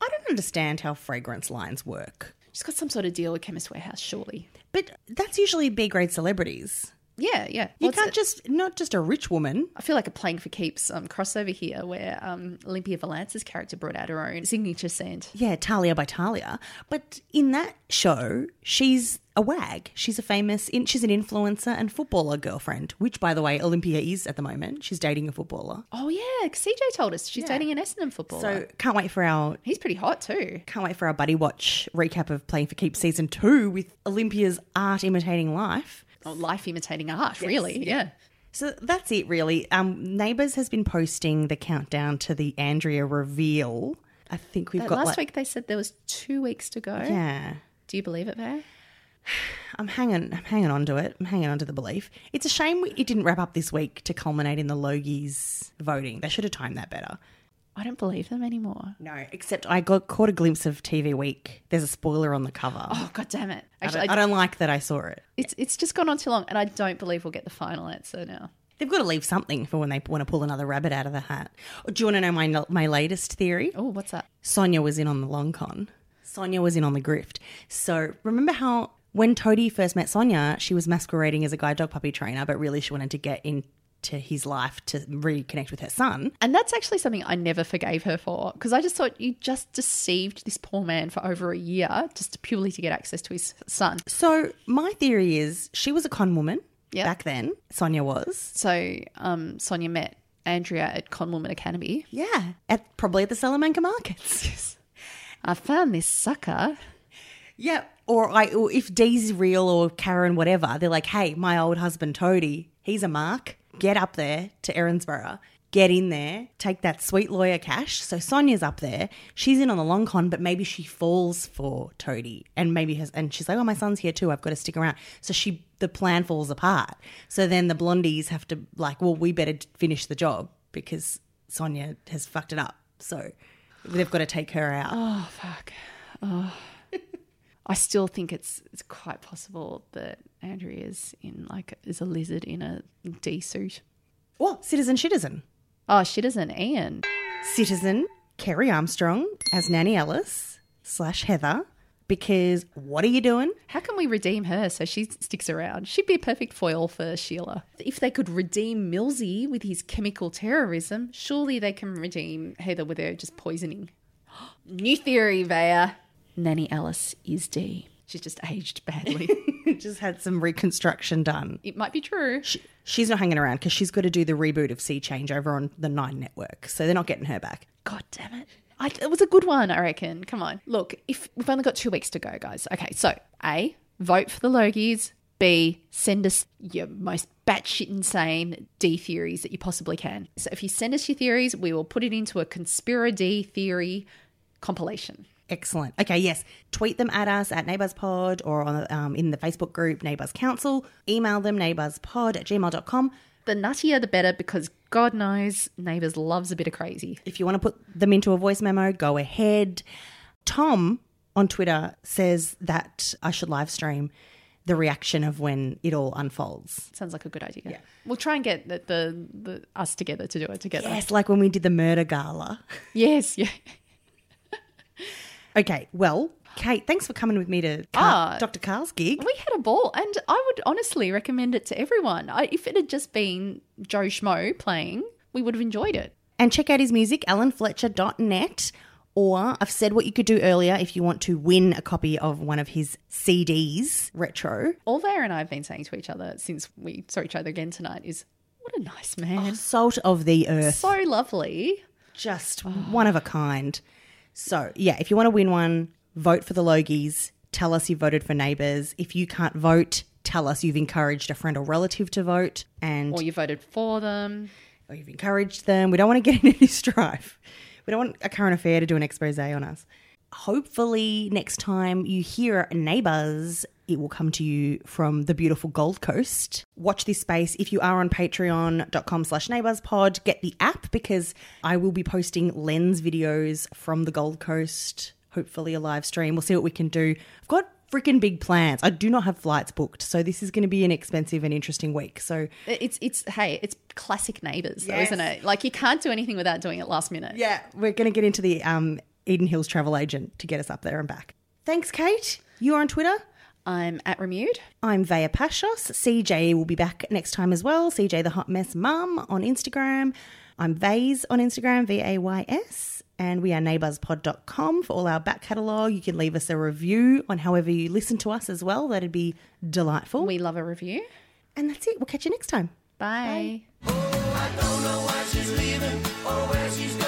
Speaker 4: I don't understand how fragrance lines work.
Speaker 5: She's got some sort of deal with Chemist Warehouse, surely.
Speaker 4: But that's usually B grade celebrities.
Speaker 5: Yeah, yeah.
Speaker 4: You can't just not just a rich woman.
Speaker 5: I feel like a playing for keeps um, crossover here, where um, Olympia Valance's character brought out her own signature scent.
Speaker 4: Yeah, Talia by Talia. But in that show, she's a wag. She's a famous, in, she's an influencer and footballer girlfriend, which, by the way, Olympia is at the moment. She's dating a footballer.
Speaker 5: Oh yeah, 'cause CJ told us she's dating an Essendon footballer.
Speaker 4: So can't wait for our.
Speaker 5: He's pretty hot too.
Speaker 4: Can't wait for our buddy watch recap of Playing for Keeps season two with Olympia's art imitating life.
Speaker 5: oh, life imitating art, really? Yeah.
Speaker 4: So that's it, really. Um, Neighbours has been posting the countdown to the Andrea reveal. I think we've
Speaker 5: That
Speaker 4: got
Speaker 5: last
Speaker 4: like-
Speaker 5: week they said there was two weeks to go.
Speaker 4: Yeah.
Speaker 5: Do you believe it, Bear?
Speaker 4: I'm hanging. I'm hanging on to it. I'm hanging on to the belief. It's a shame we- it didn't wrap up this week to culminate in the Logies voting. They should have timed that better.
Speaker 5: I don't believe them anymore.
Speaker 4: No, except I got caught a glimpse of TV Week. There's a spoiler on the cover.
Speaker 5: Oh god damn it!
Speaker 4: I, don't, I don't like that I saw it.
Speaker 5: It's it's just gone on too long, and I don't believe we'll get the final answer now.
Speaker 4: They've got to leave something for when they want to pull another rabbit out of the hat. Oh, Do you want to know my my latest theory?
Speaker 5: Oh, what's that?
Speaker 4: Sonia was in on the long con. Sonia was in on the grift. So remember how when Toadie first met Sonia, she was masquerading as a guide dog puppy trainer, but really she wanted to get into his life to reconnect with her son.
Speaker 5: And that's actually something I never forgave her for because I just thought you just deceived this poor man for over a year just purely to get access to his son.
Speaker 4: So my theory is she was a con woman back then. Sonia was
Speaker 5: So um, Sonia met Andrea at Conwoman Academy.
Speaker 4: Yeah, at probably at the Salamanca markets.
Speaker 5: I found this sucker.
Speaker 4: Yeah, or I or if Dee's real or Karen whatever, they're like, "Hey, my old husband Toadie, he's a mark. Get up there to Erinsborough." Get in there, take that sweet lawyer cash. So Sonia's up there. She's in on the long con, but maybe she falls for Toadie, and maybe her, and she's like, "Oh, my son's here too. I've got to stick around." So she, the plan falls apart. So then the blondies have to like, "Well, we better finish the job because Sonia has fucked it up." So they've got to take her out.
Speaker 5: Oh fuck. Oh. I still think it's it's quite possible that Andrea is in like is a lizard in a D suit.
Speaker 4: Oh, Citizen Citizen.
Speaker 5: Oh, Citizen Ian.
Speaker 4: Citizen Kerry Armstrong as Nanny Ellis slash Heather because what are you doing?
Speaker 5: How can we redeem her so she sticks around? She'd be a perfect foil for Sheila. If they could redeem Millsy with his chemical terrorism, surely they can redeem Heather with her just poisoning. New theory, Vaya. Nanny Alice is D. She's just aged badly.
Speaker 4: Just had some reconstruction done.
Speaker 5: it might be true.
Speaker 4: She's not hanging around because she's got to do the reboot of Sea Change over on the Nine Network, so they're not getting her back.
Speaker 5: God damn it. I, it was a good one, I reckon. Come on. Look, if we've only got two weeks to go, guys. Okay, so A, vote for the Logies. B, send us your most batshit insane D theories that you possibly can. So if you send us your theories, we will put it into a conspira D theory compilation.
Speaker 4: Excellent. Okay, yes. Tweet them at us at Neighbours Pod or on, um, in the Facebook group Neighbours Council. Email them neighbourspod at gmail.com.
Speaker 5: The nuttier the better because God knows Neighbours loves a bit of crazy.
Speaker 4: If you want to put them into a voice memo, go ahead. Tom on Twitter says that I should live stream the reaction of when it all unfolds.
Speaker 5: Sounds like a good idea. We'll try and get the, the, the us together to do it together.
Speaker 4: Yes, like when we did the murder gala.
Speaker 5: Yes, yeah.
Speaker 4: Okay, well, Kate, thanks for coming with me to Car-
Speaker 5: Ah.
Speaker 4: Dr. Carl's gig.
Speaker 5: We had a ball, and I would honestly recommend it to everyone. I, if it had just been Joe Schmo playing, we would have enjoyed it.
Speaker 4: And check out his music, alanfletcher.net. Or I've said what you could do earlier if you want to win a copy of one of his CDs, retro.
Speaker 5: All Vera and I have been saying to each other since we saw each other again tonight is, what a nice man.
Speaker 4: Salt of the Earth.
Speaker 5: so lovely.
Speaker 4: Just one of a kind. So, yeah, if you want to win one, vote for the Logies. Tell us you voted for Neighbours. If you can't vote, tell us you've encouraged a friend or relative to vote and
Speaker 5: Or you voted for them.
Speaker 4: Or you've encouraged them. We don't want to get into any strife. We don't want a current affair to do an expose on us. Hopefully, next time you hear Neighbours, it will come to you from the beautiful Gold Coast. Watch this space. If you are on patreon.com slash neighbourspod, get the app because I will be posting lens videos from the Gold Coast. Hopefully, a live stream. We'll see what we can do. I've got freaking big plans. I do not have flights booked, so this is going to be an expensive and interesting week. So,
Speaker 5: It's it's hey, it's classic neighbours, though,
Speaker 4: Yes.
Speaker 5: isn't it? Like you can't do anything without doing it last minute.
Speaker 4: Yeah, we're going to get into the um, Eden Hills travel agent to get us up there and back. Thanks, Kate. You are on Twitter?
Speaker 5: I'm at Remude.
Speaker 4: I'm Vaya Pashos. CJ will be back next time as well. CJ the Hot Mess Mum on Instagram. I'm Vays on Instagram, V A Y S. And we are neighbourspod.com for all our back catalogue. You can leave us a review on however you listen to us as well. That'd be delightful.
Speaker 5: We love a review.
Speaker 4: And that's it. We'll catch you next time.
Speaker 5: Bye.
Speaker 8: I don't know why she's leaving or where she's